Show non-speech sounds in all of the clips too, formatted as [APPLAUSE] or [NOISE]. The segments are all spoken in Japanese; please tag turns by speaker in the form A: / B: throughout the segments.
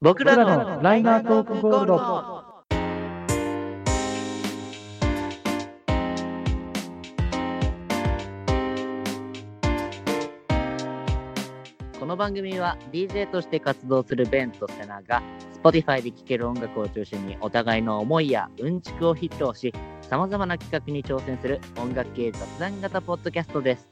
A: 僕
B: らのライナートークゴールド
A: この番組は DJ として活動するベンとセナが Spotify で聴ける音楽を中心にお互いの思いやうんちくを披露しさまざまな企画に挑戦する音楽系雑談型ポッドキャストです。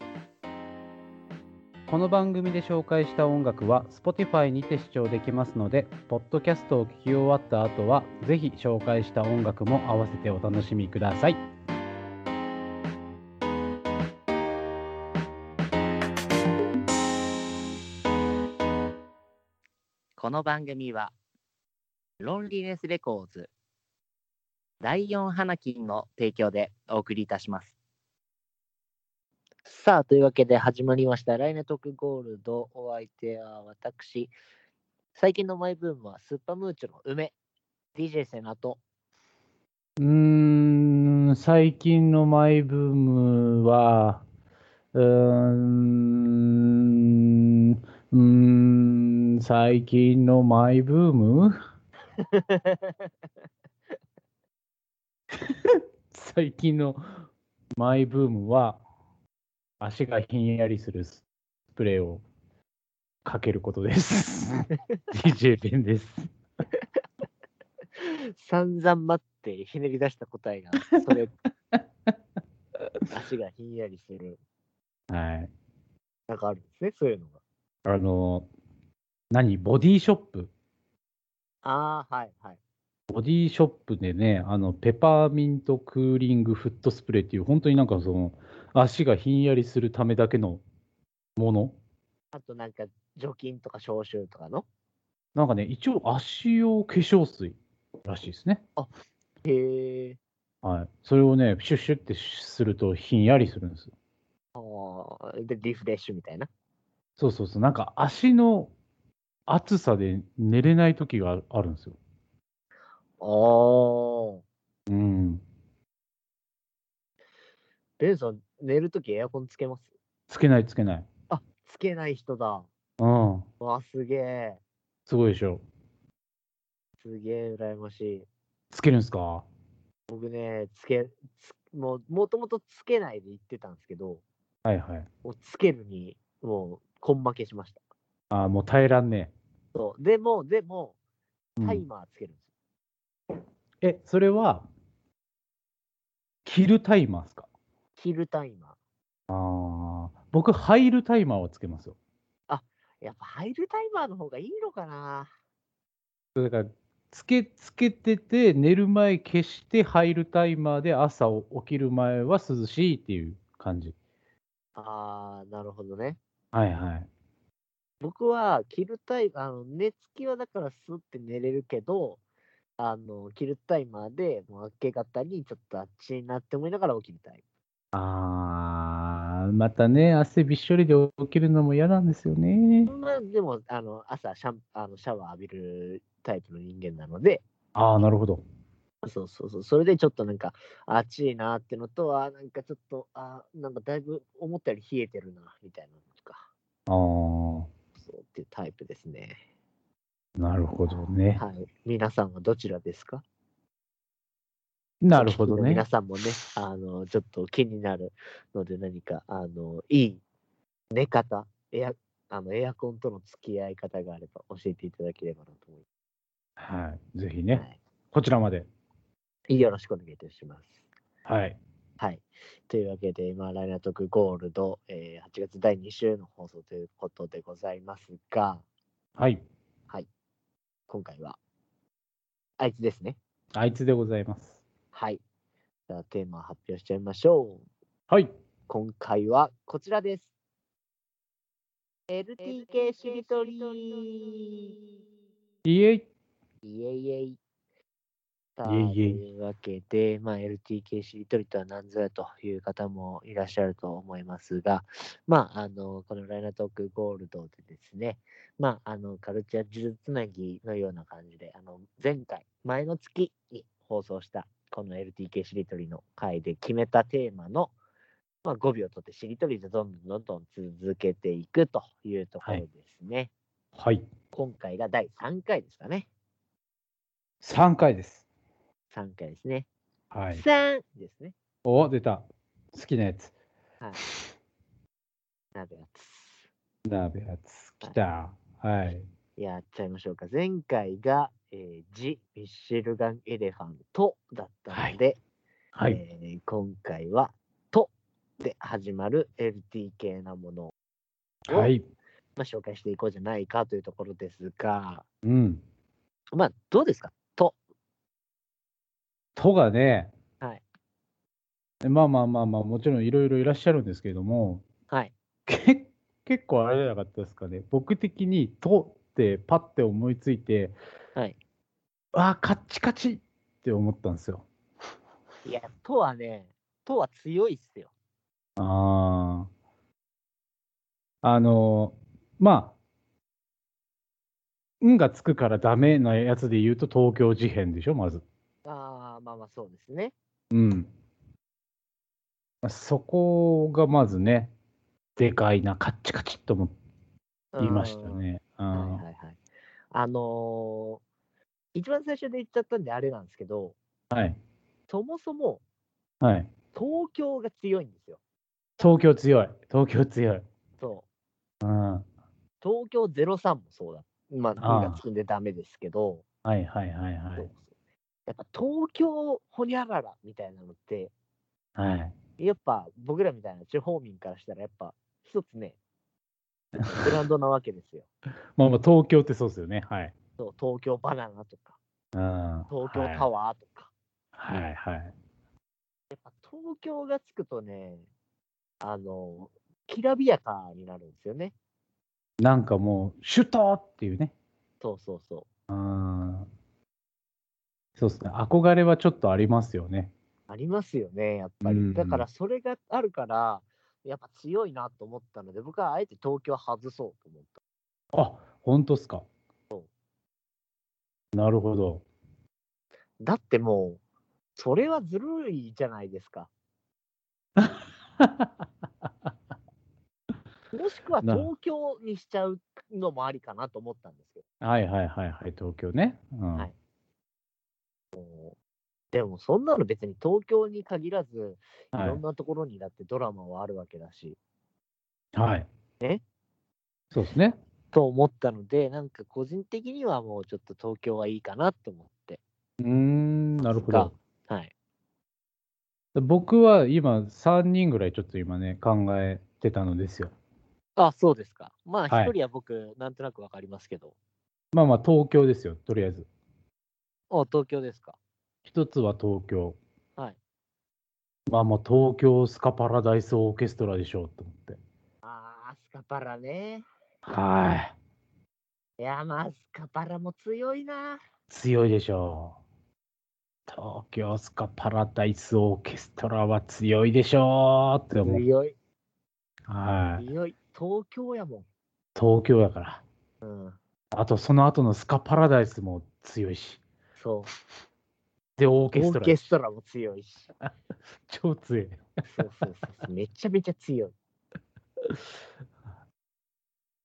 B: この番組で紹介した音楽は Spotify にて視聴できますので、ポッドキャストを聞き終わった後は、ぜひ紹介した音楽も合わせてお楽しみください。
A: この番組はロンリネスレコーズ第4花金の提供でお送りいたします。さあ、というわけで始まりました。来年トークゴールドお相手は私。最近のマイブームはスーパームーチョの梅、DJ セナと。
B: うーん、最近のマイブームは、うーん、うーん、最近のマイブーム最近のマイブームは、足がひんやりするスプレーをかけることです。DJ ペンです。
A: 散々待ってひねり出した答えが、それ。足がひんやりする。
B: はい。
A: なんかあるんですね、そういうのが。
B: あの、何ボディショップ
A: ああ、はいはい。
B: ボディショップでね、あのペパーミントクーリングフットスプレーっていう、本当になんかその足がひんやりするためだけのもの、
A: あとなんか除菌とか消臭とかの。
B: なんかね、一応、足用化粧水らしいですね。
A: へえ。
B: はい、それをね、シュッシュってするとひんやりするんですよ。
A: あーで、リフレッシュみたいな。
B: そうそうそう、なんか足の暑さで寝れない時があるあるんですよ。
A: ああ。
B: うん、
A: ベンさん、寝るときエアコンつけます
B: つけないつけない。
A: あ、つけない人だ。
B: うん、
A: わあ、すげえ。
B: すごいでしょ。
A: すげえ、羨ましい。
B: つけるんですか
A: 僕ね、つけ、つもう、もともとつけないで言ってたんですけど、
B: はいはい。
A: もうつけるに、もう、根負けしました。
B: あーもう耐えらんね
A: そう。でも、でも、
B: え。うん
A: タイマーつけるんですよ。
B: え、それは、着るタイマーですか
A: 切るタイマー。
B: ああ、僕、入るタイマーをつけますよ。
A: やっぱ入るタイマーの方がいいのかな
B: つけ、つけてて、寝る前消して、入るタイマーで朝起きる前は涼しいっていう感じ。
A: あー、なるほどね。
B: はいはい。
A: 僕は、キルタイあの、寝つきはだからスッて寝れるけど、あの、キルタイマーで、もう明け方にちょっとあっちになって思いながら起きるタイプ。
B: ああ、またね、汗びっしょりで起きるのも嫌なんですよね。
A: まあ、でも、あの、朝シャン、あのシャワー浴びるタイプの人間なので、
B: ああ、なるほど。
A: そうそうそう、それでちょっとなんか、あっちいなってのと、あーなんかちょっと、あーなんかだいぶ思ったより冷えてるな、みたいなのとか、
B: あ
A: そうっていうタイプですね。
B: あ、なるほどね。
A: はい。皆さんはどちらですか
B: なるほど
A: 聞いて
B: ね
A: 皆。さんもね、あの、ちょっと気になるので、何か、あの、いい寝方、エア、あの、エアコンとの付き合い方があれば教えていただければなと思い
B: はい。ぜひ
A: ます。
B: ね、こちらまで。
A: はい。よろしくお願いいたします。
B: はい。
A: はい。というわけで、今、ライナートークゴールド、えー8月第2週の放送ということでございますが、
B: はい。
A: 今回は、あいつですね。
B: あいつでございます。
A: はい。じゃあ、テーマ発表しちゃいましょう。
B: はい。
A: 今回はこちらです。LTK しりとり
B: イエイ。
A: イエイイエイさあ、
B: イエイイエイ
A: というわけで、まあ、LTK しりとりとは何ぞやという方もいらっしゃると思いますが、まあ、あの、このライナートークゴールドでですね、まあ、あの、カルチャー呪術つなぎのような感じで、あの、前回、前の月に放送した、この LTK しりとりの回で決めたテーマの、まあ、5秒とってしりとりでどんどんどんどん続けていくというところですね。
B: はい。
A: 今回が第3回ですかね。
B: 3回です。
A: 3回ですね。
B: はい。
A: 3ですね。
B: お、出た。好きなやつ。
A: 鍋やつ。
B: 鍋やつ。きた。はい。
A: やっちゃいましょうか。前回が、えージ・ミッシェルガン・エレファントだったので、
B: はい。
A: えー今回は、とで始まる LTK なものを、
B: はい。
A: まあ、紹介していこうじゃないかというところですが、
B: うん。
A: まあ、どうですかと。
B: とがね、
A: はい
B: まあまあまあまあ、もちろんいろいろいらっしゃるんですけれども、
A: はい。
B: け [LAUGHS] 結構あれじゃなかったですかね。僕的に、とってパッて思いついて、
A: はい。
B: あー、カッチカチって思ったんですよ。
A: いや、とはね、とは強いっすよ。
B: ああ。あの、まあ、運がつくからダメなやつで言うと東京事変でしょ、まず。
A: あーまあまあ、そうですね。
B: うん。まあそこがまずね、でかいな、カッチカチっと思いました
A: うん
B: ね。う
A: はい
B: ん
A: はいはい。あのー一番最初で言っちゃったんであれなんですけど、
B: はい。
A: そもそも
B: はい。
A: 東京が強いんですよ。
B: 東京強い。東京強い。
A: そう。
B: うん。はい
A: 東京03もそうだ。まあ、
B: あー
A: 運がつくんでダメですけど、
B: はいはいは
A: そう
B: い。
A: やっぱ東京ほにゃららみたいなのって、
B: はい。
A: やっぱ僕らみたいな地方民からしたら、やっぱ一つ
B: [LAUGHS]
A: ね、ブランドなわけですよ。
B: まあまあ、東京ってそうですよね。はい。
A: そう東京バナナとか、
B: うん。
A: 東京タ
B: ワ
A: ワーとか。
B: ー。はいはい。
A: 東京がつくとね、あの、きらびやかになるんですよね。
B: なんかもう、シュトーっていうね。
A: そうそうそ
B: うん。そうですね。憧れはちょっとありますよね。
A: う。ありますよね、やっぱ
B: うん
A: り。
B: うん
A: だから、それがあるから、やっぱ強いなと思ったので、僕はあえて東京外そうと思った。
B: あ、本当っすか。なるほど。 [LAUGHS]
A: だってもう、それはずるいじゃないですか。もしくは
B: な
A: 東京にしちゃうのもありかなと思ったんですけど。
B: はいはいはいはい、東京ね。うん
A: はいでも、そんなの別に東京に限らず、い
B: は
A: ろ
B: い
A: ん。なところにだってドラマはあるわけだし。
B: はい、
A: ね
B: そうですね。
A: と思ったので、なんか個人的にはもうちょっと東京はいいかなと思って。
B: うーん、なるほど。
A: はい。
B: 僕は今、3人ぐらいちょっと今ね、考えてたのですよ。
A: あ、そうですか。まあ、
B: はい
A: 一人は僕、なんとなくわかりますけど。
B: まあまあ、東京ですよ、とりあえず。
A: あ、東京ですか。
B: 一つは東京。
A: はい。
B: まあまあ、東京スカパラダイスオーケストラでしょうと思って。
A: あー、スカパラね。
B: は
A: い
B: い。
A: や、まあ、スカパラも強いな。
B: 強いでしょう。東京スカパラダイスオーケストラは強いでしょうって思う。
A: 強い、
B: はい。
A: 強い。東京やも
B: 東京やから。
A: ん。うん。
B: あと、その後のスカパラダイスも強いし。
A: そう。
B: で、オー
A: オ
B: ケスト
A: ー
B: ラ
A: ケ。ストラも強いし。
B: 超強い。
A: そうそうそうそう。めちゃめちゃ強い。 [LAUGHS]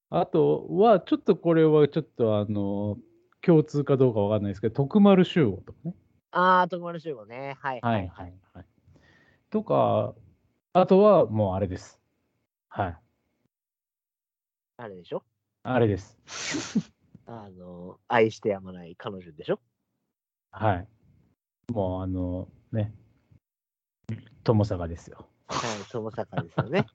B: あとは、ちょっとこれはちょっとあの、共通かどうかわかんないですけど、徳丸集合とかね。
A: あー、徳丸集合ね。はい。
B: はい。はい、とか、あとはもうあれです。はい。
A: あれでしょ
B: あれです。
A: あの、愛してやまない彼女でしょ
B: はい。もうあの、ね。友坂ですよ。
A: はい、友坂ですよね。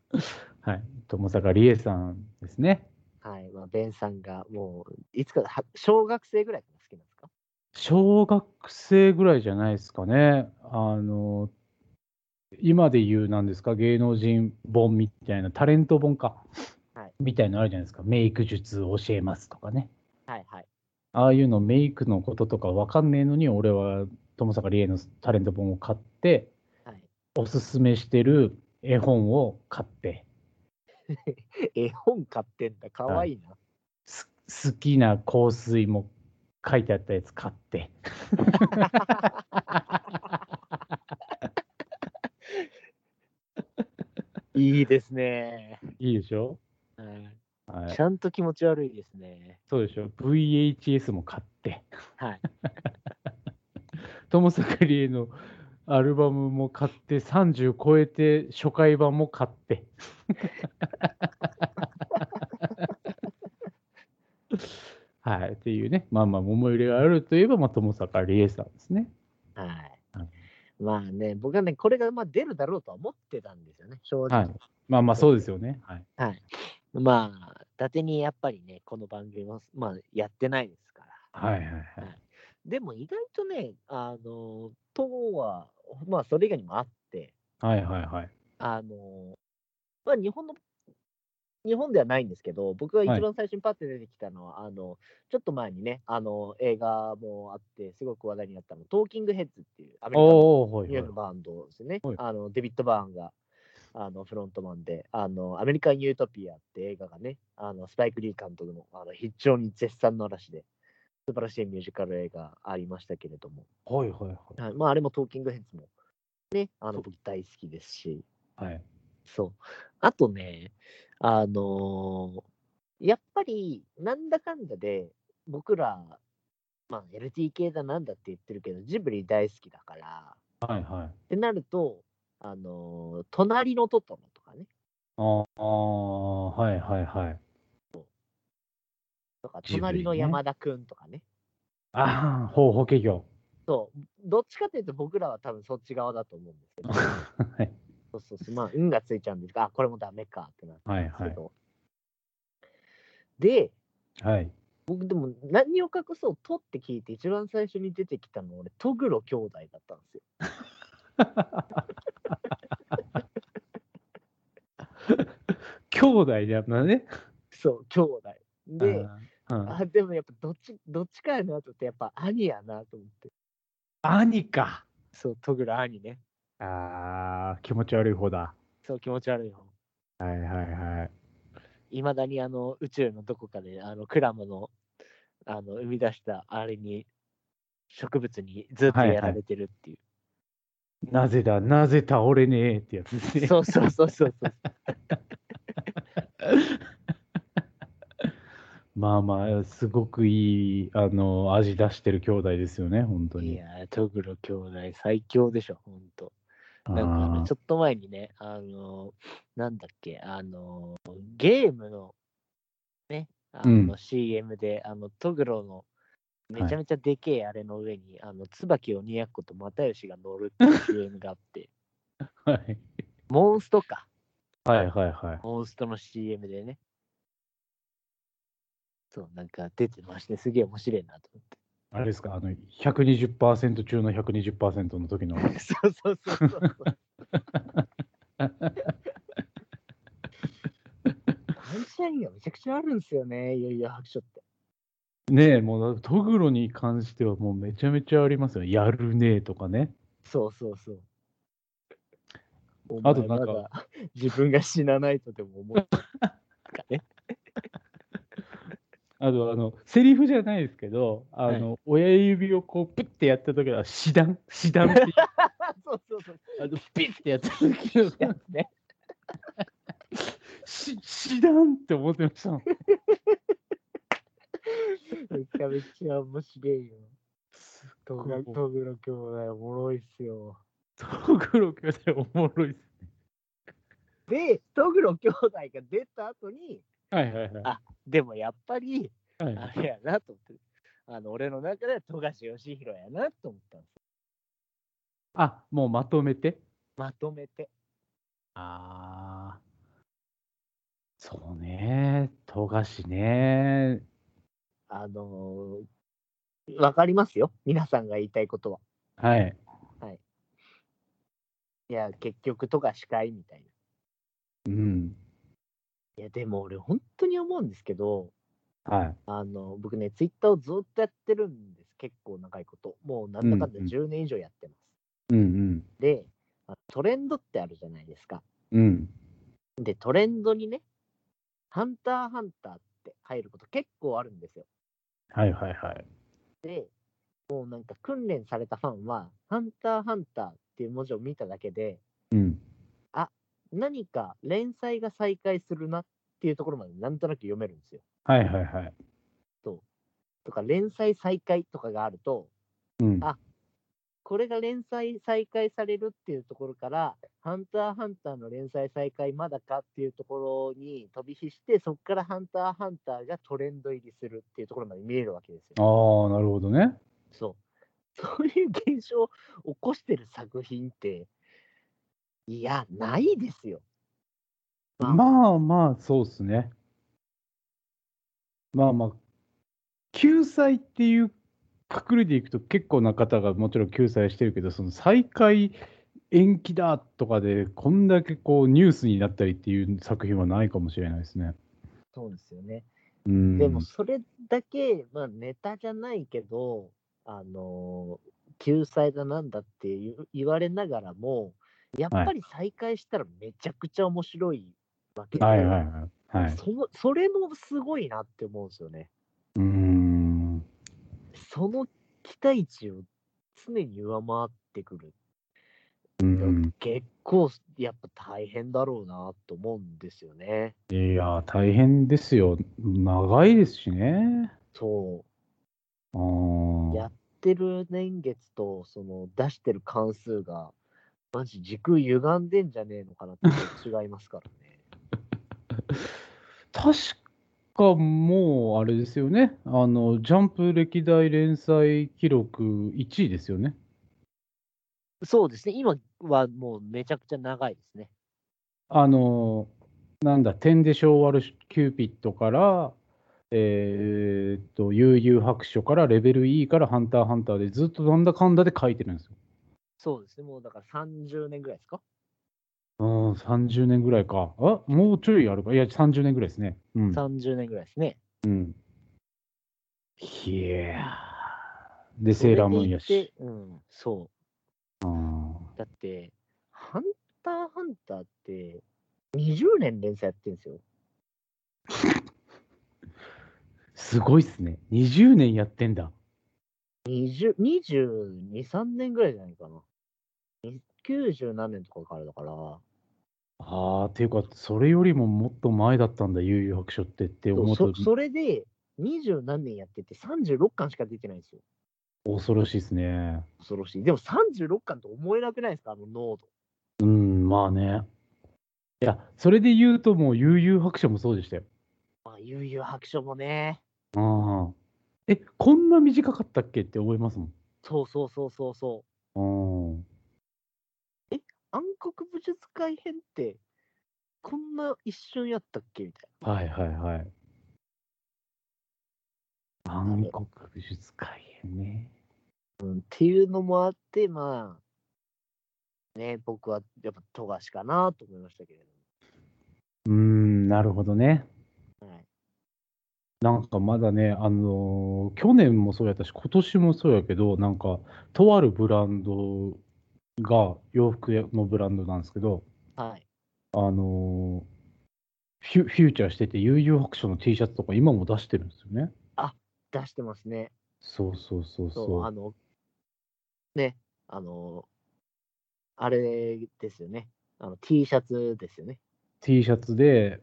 B: はい。友坂理恵さんですね。
A: はい、まあ、ベンさんがもう、いつか、は小学生ぐらいから好きなんですか
B: 小学生ぐらいじゃないですかね。あの、今で言うなんですか、芸能人本みたいな、タレント本か、
A: はい
B: みたいなのあるじゃないですか。メイク術を教えますとかね。
A: はいはい。
B: ああいうのメイクのこととかわかんねえのに、俺は友坂理恵のタレント本を買って、
A: はい、
B: おすすめしてる絵本を買って、
A: 絵本買ってんだ、かわいいな。
B: す好きな香水も書いてあったやつ買って。
A: いいですね。
B: いいでしょ
A: はい
B: はい
A: ち、ゃんと気持ち悪いですね。
B: そうでしょ。VHS も買って、
A: はい。
B: トモサカリエのアルバムも買って、30超えて初回版も買って。 [LAUGHS] はい、っていうね、まあまあ、桃入れがあるといえば、まあ、友坂理恵さんですね。
A: はい
B: はい。
A: まあね、僕はね、これがまあ出るだろうとは思ってたんですよね、正直。
B: はいまあまあ、そうですよね。はい、
A: はい。まあ、伊達にやっぱりね、この番組も、まあ、やってないですから。
B: はい、はい、はい。
A: でも意外とね、あの、党は、まあ、それ以外にもあって、
B: はい、はい、はい。
A: あの、まあ、日本の、日本ではないんですけど、僕が一
B: はい
A: 番最初にパッて出てきたのは、あの、ちょっと前にね、あの、映画もあって、すごく話題になったの、トーキングヘッズっていう、アメリカの
B: おおー、はい、
A: ニューヨーク
B: は
A: のバンドですね。あのデビッド・バーンがあのフロントマンで、あのアメリカン・ユートピアって映画がね、あのスパイク・リー監督のあの非常に絶賛の嵐で、素晴らしいミュージカル映画ありましたけれども、
B: い。はい、はい、は
A: はいまあ、あれもトーキングヘッズも、ね、あ
B: そ
A: の
B: う
A: 僕大好きですし、
B: い。はい。
A: そう。あとね、あのーやっぱり、なんだかんだで、僕ら、まあ、LTK だなんだって言ってるけど、ジブリ大好きだから、
B: はい、はい。
A: ってなると、あのー隣のトトロとかね、
B: ああ、はい、はい、はい。
A: とか、
B: ジブリね
A: 隣の山田くんとかね。
B: ああ、ほう、法華経。
A: どっちかというと、僕らは多分そっち側だと思うんですけ
B: [LAUGHS]
A: ど、
B: はい、
A: そうそうそう、まあ、運がついちゃうんですが、あ、これもダメかってなって
B: はい、
A: ます
B: は
A: け
B: い。
A: ど。で、
B: はい。
A: 僕でも何を隠そう、とって聞いて一番最初に出てきたの俺、トグロ兄弟だったんですよ。
B: 兄弟だなね。
A: そう、兄弟。で、
B: うん、うん
A: あでもやっぱどっち、どっちかやなと思って、やっぱ兄やなと思って。
B: 兄か。
A: そう、トグロ兄ね。
B: ああ、気持ち悪い方だ。
A: そう、気持ち悪いよ。
B: はいはいはい。
A: いまだにあの宇宙のどこかであのクラムのあの生み出したあれに植物にずっと
B: はいはい
A: やられてるっていう。
B: なぜだ、なぜ倒れねえってやつです [LAUGHS] ね。
A: そうそうそうそうそう。
B: まあまあ、すごくいい、あの、味出してる兄弟ですよね、本当
A: い
B: に。
A: やー、トグロ兄弟最強でしょ、ほんと。なんかあの
B: あー
A: ちょっと前にね、あのーなんだっけ、あのーゲームの、ね、あ
B: うん
A: の CM で、あのトグロの
B: はい
A: めちゃめちゃでけえあれの上に、あの椿をやっこと又吉が乗るっていう CM があって、
B: [LAUGHS] はい
A: モンストか。
B: はいはいはい。
A: モンストの CM でね。そう、なんか出てまして、すげえ面白いなと思っ
B: あれですか、あの、120%中の120%の時の。
A: て。そうそうそうそうそう。反射意がめちゃくちゃあるんですよね、いよいよ白書って。
B: ねえ、もう、トグロに関してはもうめちゃめちゃありますよ。やるねえとかね。
A: そうそうそう。
B: あとなんか
A: お前まだ自分が死なないとでも思う。 [LAUGHS] かね、
B: あと、あの、セリフじゃないですけど、あの、親指をこう、プッてやった時は、死弾死弾って、
A: そうそうそう。
B: [LAUGHS] あの、ピッてやった時の、
A: ね、
B: [LAUGHS] し死弾って思ってましたもん。
A: めちゃめちゃ面白いよ。トグロ
B: ごい
A: トグロ兄弟おもろいっすよ。
B: トグロ兄弟おもろいっす。
A: で、トグロ兄弟が出た後に、
B: はいはいはい。
A: あでもやっぱり、
B: はい
A: あれやなと思って、あの俺の中では富樫義弘やなと思ったんですよ
B: あ、もうまとめて。
A: まとめて。
B: ああ。そうね。富樫ね。
A: あのーわかりますよ、皆さんが言いたいことは。
B: はい。
A: いや、結局富樫かいみたいな。
B: うん。
A: いや、でも俺、本当に思うんですけど、
B: はい。
A: あの僕ね、ツイッターをずっとやってるんです、結構長いこと。もうなんだかんだ
B: うんうん
A: 10年以上やってます。
B: うん
A: で、あトレンドってあるじゃないですか。
B: うん。うん。
A: で、トレンドにね、ハンターハンターって入ること結構あるんですよ。
B: はいはいはい。
A: もうなんか訓練されたファンは、ハンターハンターっていう文字を見ただけで、
B: うん。
A: 何か連載が再開するなっっていうところまでなんとなく読めるんですよ。
B: はいはいはい。
A: とか、連載再開とかがあると、
B: うん。
A: あこれが連載再開されるっていうところから、ハンターハンターの連載再開まだかっていうところに飛び火して、そこからハンターハンターがトレンド入りするっていうところまで見えるわけです
B: あ
A: よ。
B: あ、なるほどね。
A: そう。そういう現象を起こしてる作品って、いや、ないですよ。まあ
B: まあまあ、そうですね。まあまあ、救済っていうくくりでいくと、結構な方がもちろん救済してるけど、その再開延期だとかで、こんだけこうニュースになったりっていう作品はないかもしれないですね。
A: そうですよね。
B: うん、
A: でも、それだけ、まあ、ネタじゃないけど、あのー救済だなんだって言う言われながらも、やっぱり再開したらめちゃくちゃ面白いわけで、
B: はいはいはい。はい、
A: そのそれもすごいなって思うんですよね。
B: うーん。
A: その期待値を常に上回ってくる。
B: うん、
A: 結構、やっぱ大変だろうなと思うんですよね。
B: いや、大変ですよ。長いですしね。
A: そう。
B: あ
A: や
B: ー
A: ってる年月とその出してる関数が、マジ時空歪んでんじゃねえのかなって違いますからね。
B: [LAUGHS] 確かもう、あれですよね。あの、ジャンプ歴代連載記録1位ですよね。
A: そうですね、今はもうめちゃくちゃ長いですね。
B: あの、なんだ、天で昭和のキューピッドから、えーっと、悠々白書からレベル E からハンターハンターでずっとなんだかんだで書いてるんですよ。
A: そうですね、もうだから30年ぐらいですか
B: うん、30年ぐらいか。あ、もうちょいあるか。いや、30年ぐらいですね。うん。
A: ?30 年ぐらいですね。
B: うん。いやーで、セーラームーンや
A: それで
B: し
A: い。て。うん、そ
B: うん
A: う。だって、ハンターハンターって20年連載やってるんですよ。
B: すごいっすね。20年やってんだ。
A: 20 22、3年ぐらいじゃないかな。90何年とかからだから。
B: ああ、ていうか、それよりももっと前だったんだ、悠々白書ってって
A: そ
B: 思
A: う
B: うと
A: そ、それで二十何年やってて36巻しか出てないんですよ。
B: 恐ろしいっすね。
A: 恐ろしい。でも36巻と思えなくないですかあの濃度。
B: うん、まあね。いや、それで言うと、もう悠々白書もそうでしたよ。
A: まあ、悠々白書もね。
B: ああ。え、こんな短かったっけって思いますも
A: そうそうそうそうそう。
B: ん。うん。
A: 暗黒武術会編って、こんな一瞬やったっけみたい
B: はいはいはい。暗黒美術会編ね。
A: な。うん、っていうのもあって、まあ、ね、僕はやっぱ富樫かなと思いましたけれども。
B: うーん、なるほどね。
A: はい
B: なんかまだね、あのー去年もそうやったし、今年もそうやけど、なんか、とあるブランドが、洋服のブランドなんですけど、
A: はい。
B: あのーフュフューチャーしてて、悠々白書の T シャツとか今も出してるんですよね。
A: 出してますね。
B: そうそうそう
A: そう、
B: そ
A: あ
B: う。
A: の、ね、あの、あれですよね。あの T シャツですよね。
B: T シャツで、
A: はい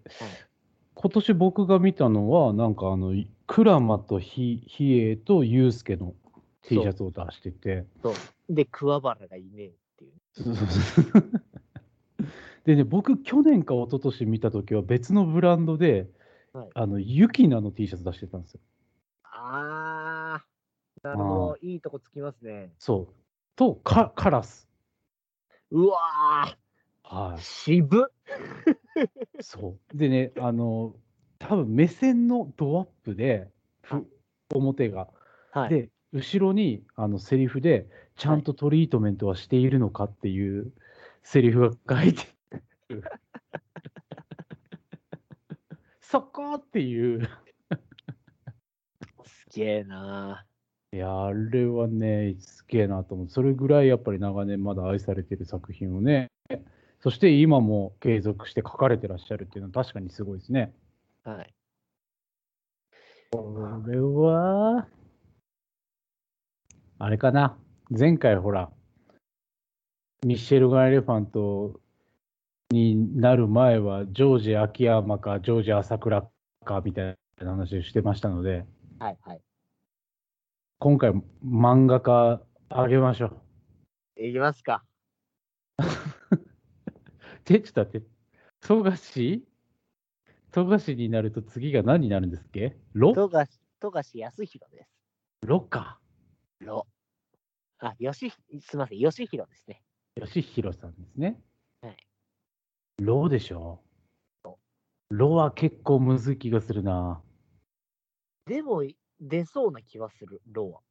B: 今年僕が見たのは、なんかあの、クラマとヒヒエとユウスケの T シャツを出してて、
A: で、桑原がいねえっていう。
B: そうそうそう [LAUGHS] でね、僕、去年か一昨年見たときは別のブランドで、
A: はい
B: あのユキナの T シャツ出してたんですよ。
A: あー、なる
B: あ
A: ほど。いいとこつきますね。
B: そうとカ、カラス。
A: うわ
B: は
A: ー、渋っ
B: い、そうでね、あの多分目線のドアップで、ふ
A: はい
B: 表が。
A: はい。
B: で、後ろにあのセリフで、ちゃんとトリートメントはしているのかっていうセリフが書いて
A: [LAUGHS]
B: るそこっていう。
A: すげえなー。
B: いや、あれはね、すげえなと思う。それぐらいやっぱり長年まだ愛されてる作品をね、そして今も継続して書かれてらっしゃるっていうのは確かにすごいですね。
A: はい。
B: これは、あれかな。前回ほら、ミッシェル・ガイレファンとになる前は、ジョージ秋山か、ジョージ朝倉かみたいな話をしてましたので、
A: はいはい。
B: 今回、漫画家あげましょう。
A: いきますか。
B: えちょっと待って、富樫富樫になると次が何になるんですっけロ
A: 富樫富樫康弘です。
B: ロか。
A: ロ。あ、よし、すみません、よしひろですね。
B: 吉弘さんですね。
A: はい。
B: ロでしょ。ロは結構むずい気がするな。
A: でも、出そうな気はする、ロは。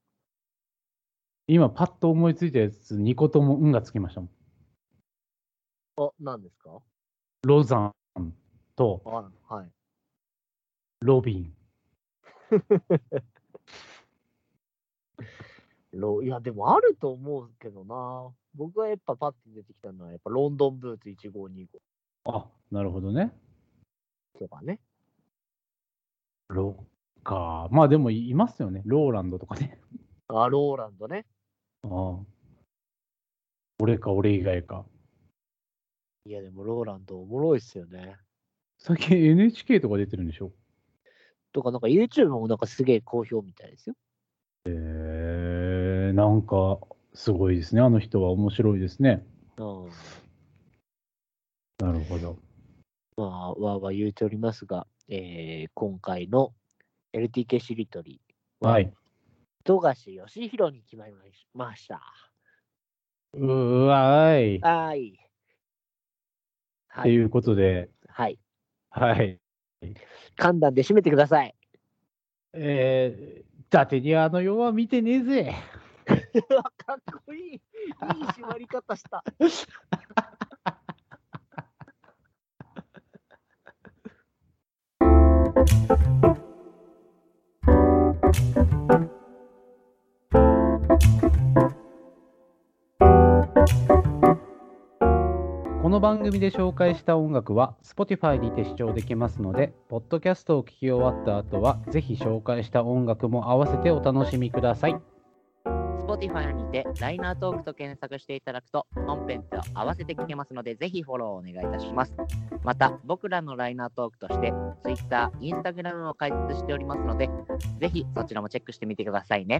B: 今パッと思いついたやつ、2個とも運がつきましたもん。
A: あ、何ですか
B: ロザンと
A: あ、はい。
B: ロビン。
A: ロいや、でもあると思うけどな。僕はやっぱパッて出てきたのは、やっぱロンドンブーツ1号2号
B: あ、なるほどね。
A: とかね。
B: ロか。まあでもいますよね。ローランドとかね。
A: あ、ローランドね。
B: ああ。俺か俺以外か。
A: いや、でもローランドおもろいっすよね。
B: 最近 NHK とか出てるんでしょ
A: とか、なんか YouTube もなんかすげえ好評みたいですよ。
B: えー、なんかすごいですね。あの人は面白いですね。
A: うん。
B: なるほど。
A: まあ、わーわー言うておりますが、えー今回の LTK しりとり、
B: はい。
A: 富樫義弘に決まりました。
B: うわーい。
A: はーい。
B: と、、
A: はいい。
B: うことで、
A: はい。
B: はい。
A: 簡単で締めてください。
B: えー、伊達にあの世は見てねえぜ。
A: うわかっこいい。いい締まり方した。
B: この番組で紹介した音楽は Spotify にて視聴できますので、ポッドキャストを聞き終わった後は、ぜひ紹介した音楽も合わせてお楽しみください。
C: Spotify にてライナートークと検索していただくと本編と合わせて聞けますのでぜひフォローをお願いいたしますまた僕らのライナートークとして Twitter、Instagram を開設しておりますのでぜひそちらもチェックしてみてくださいね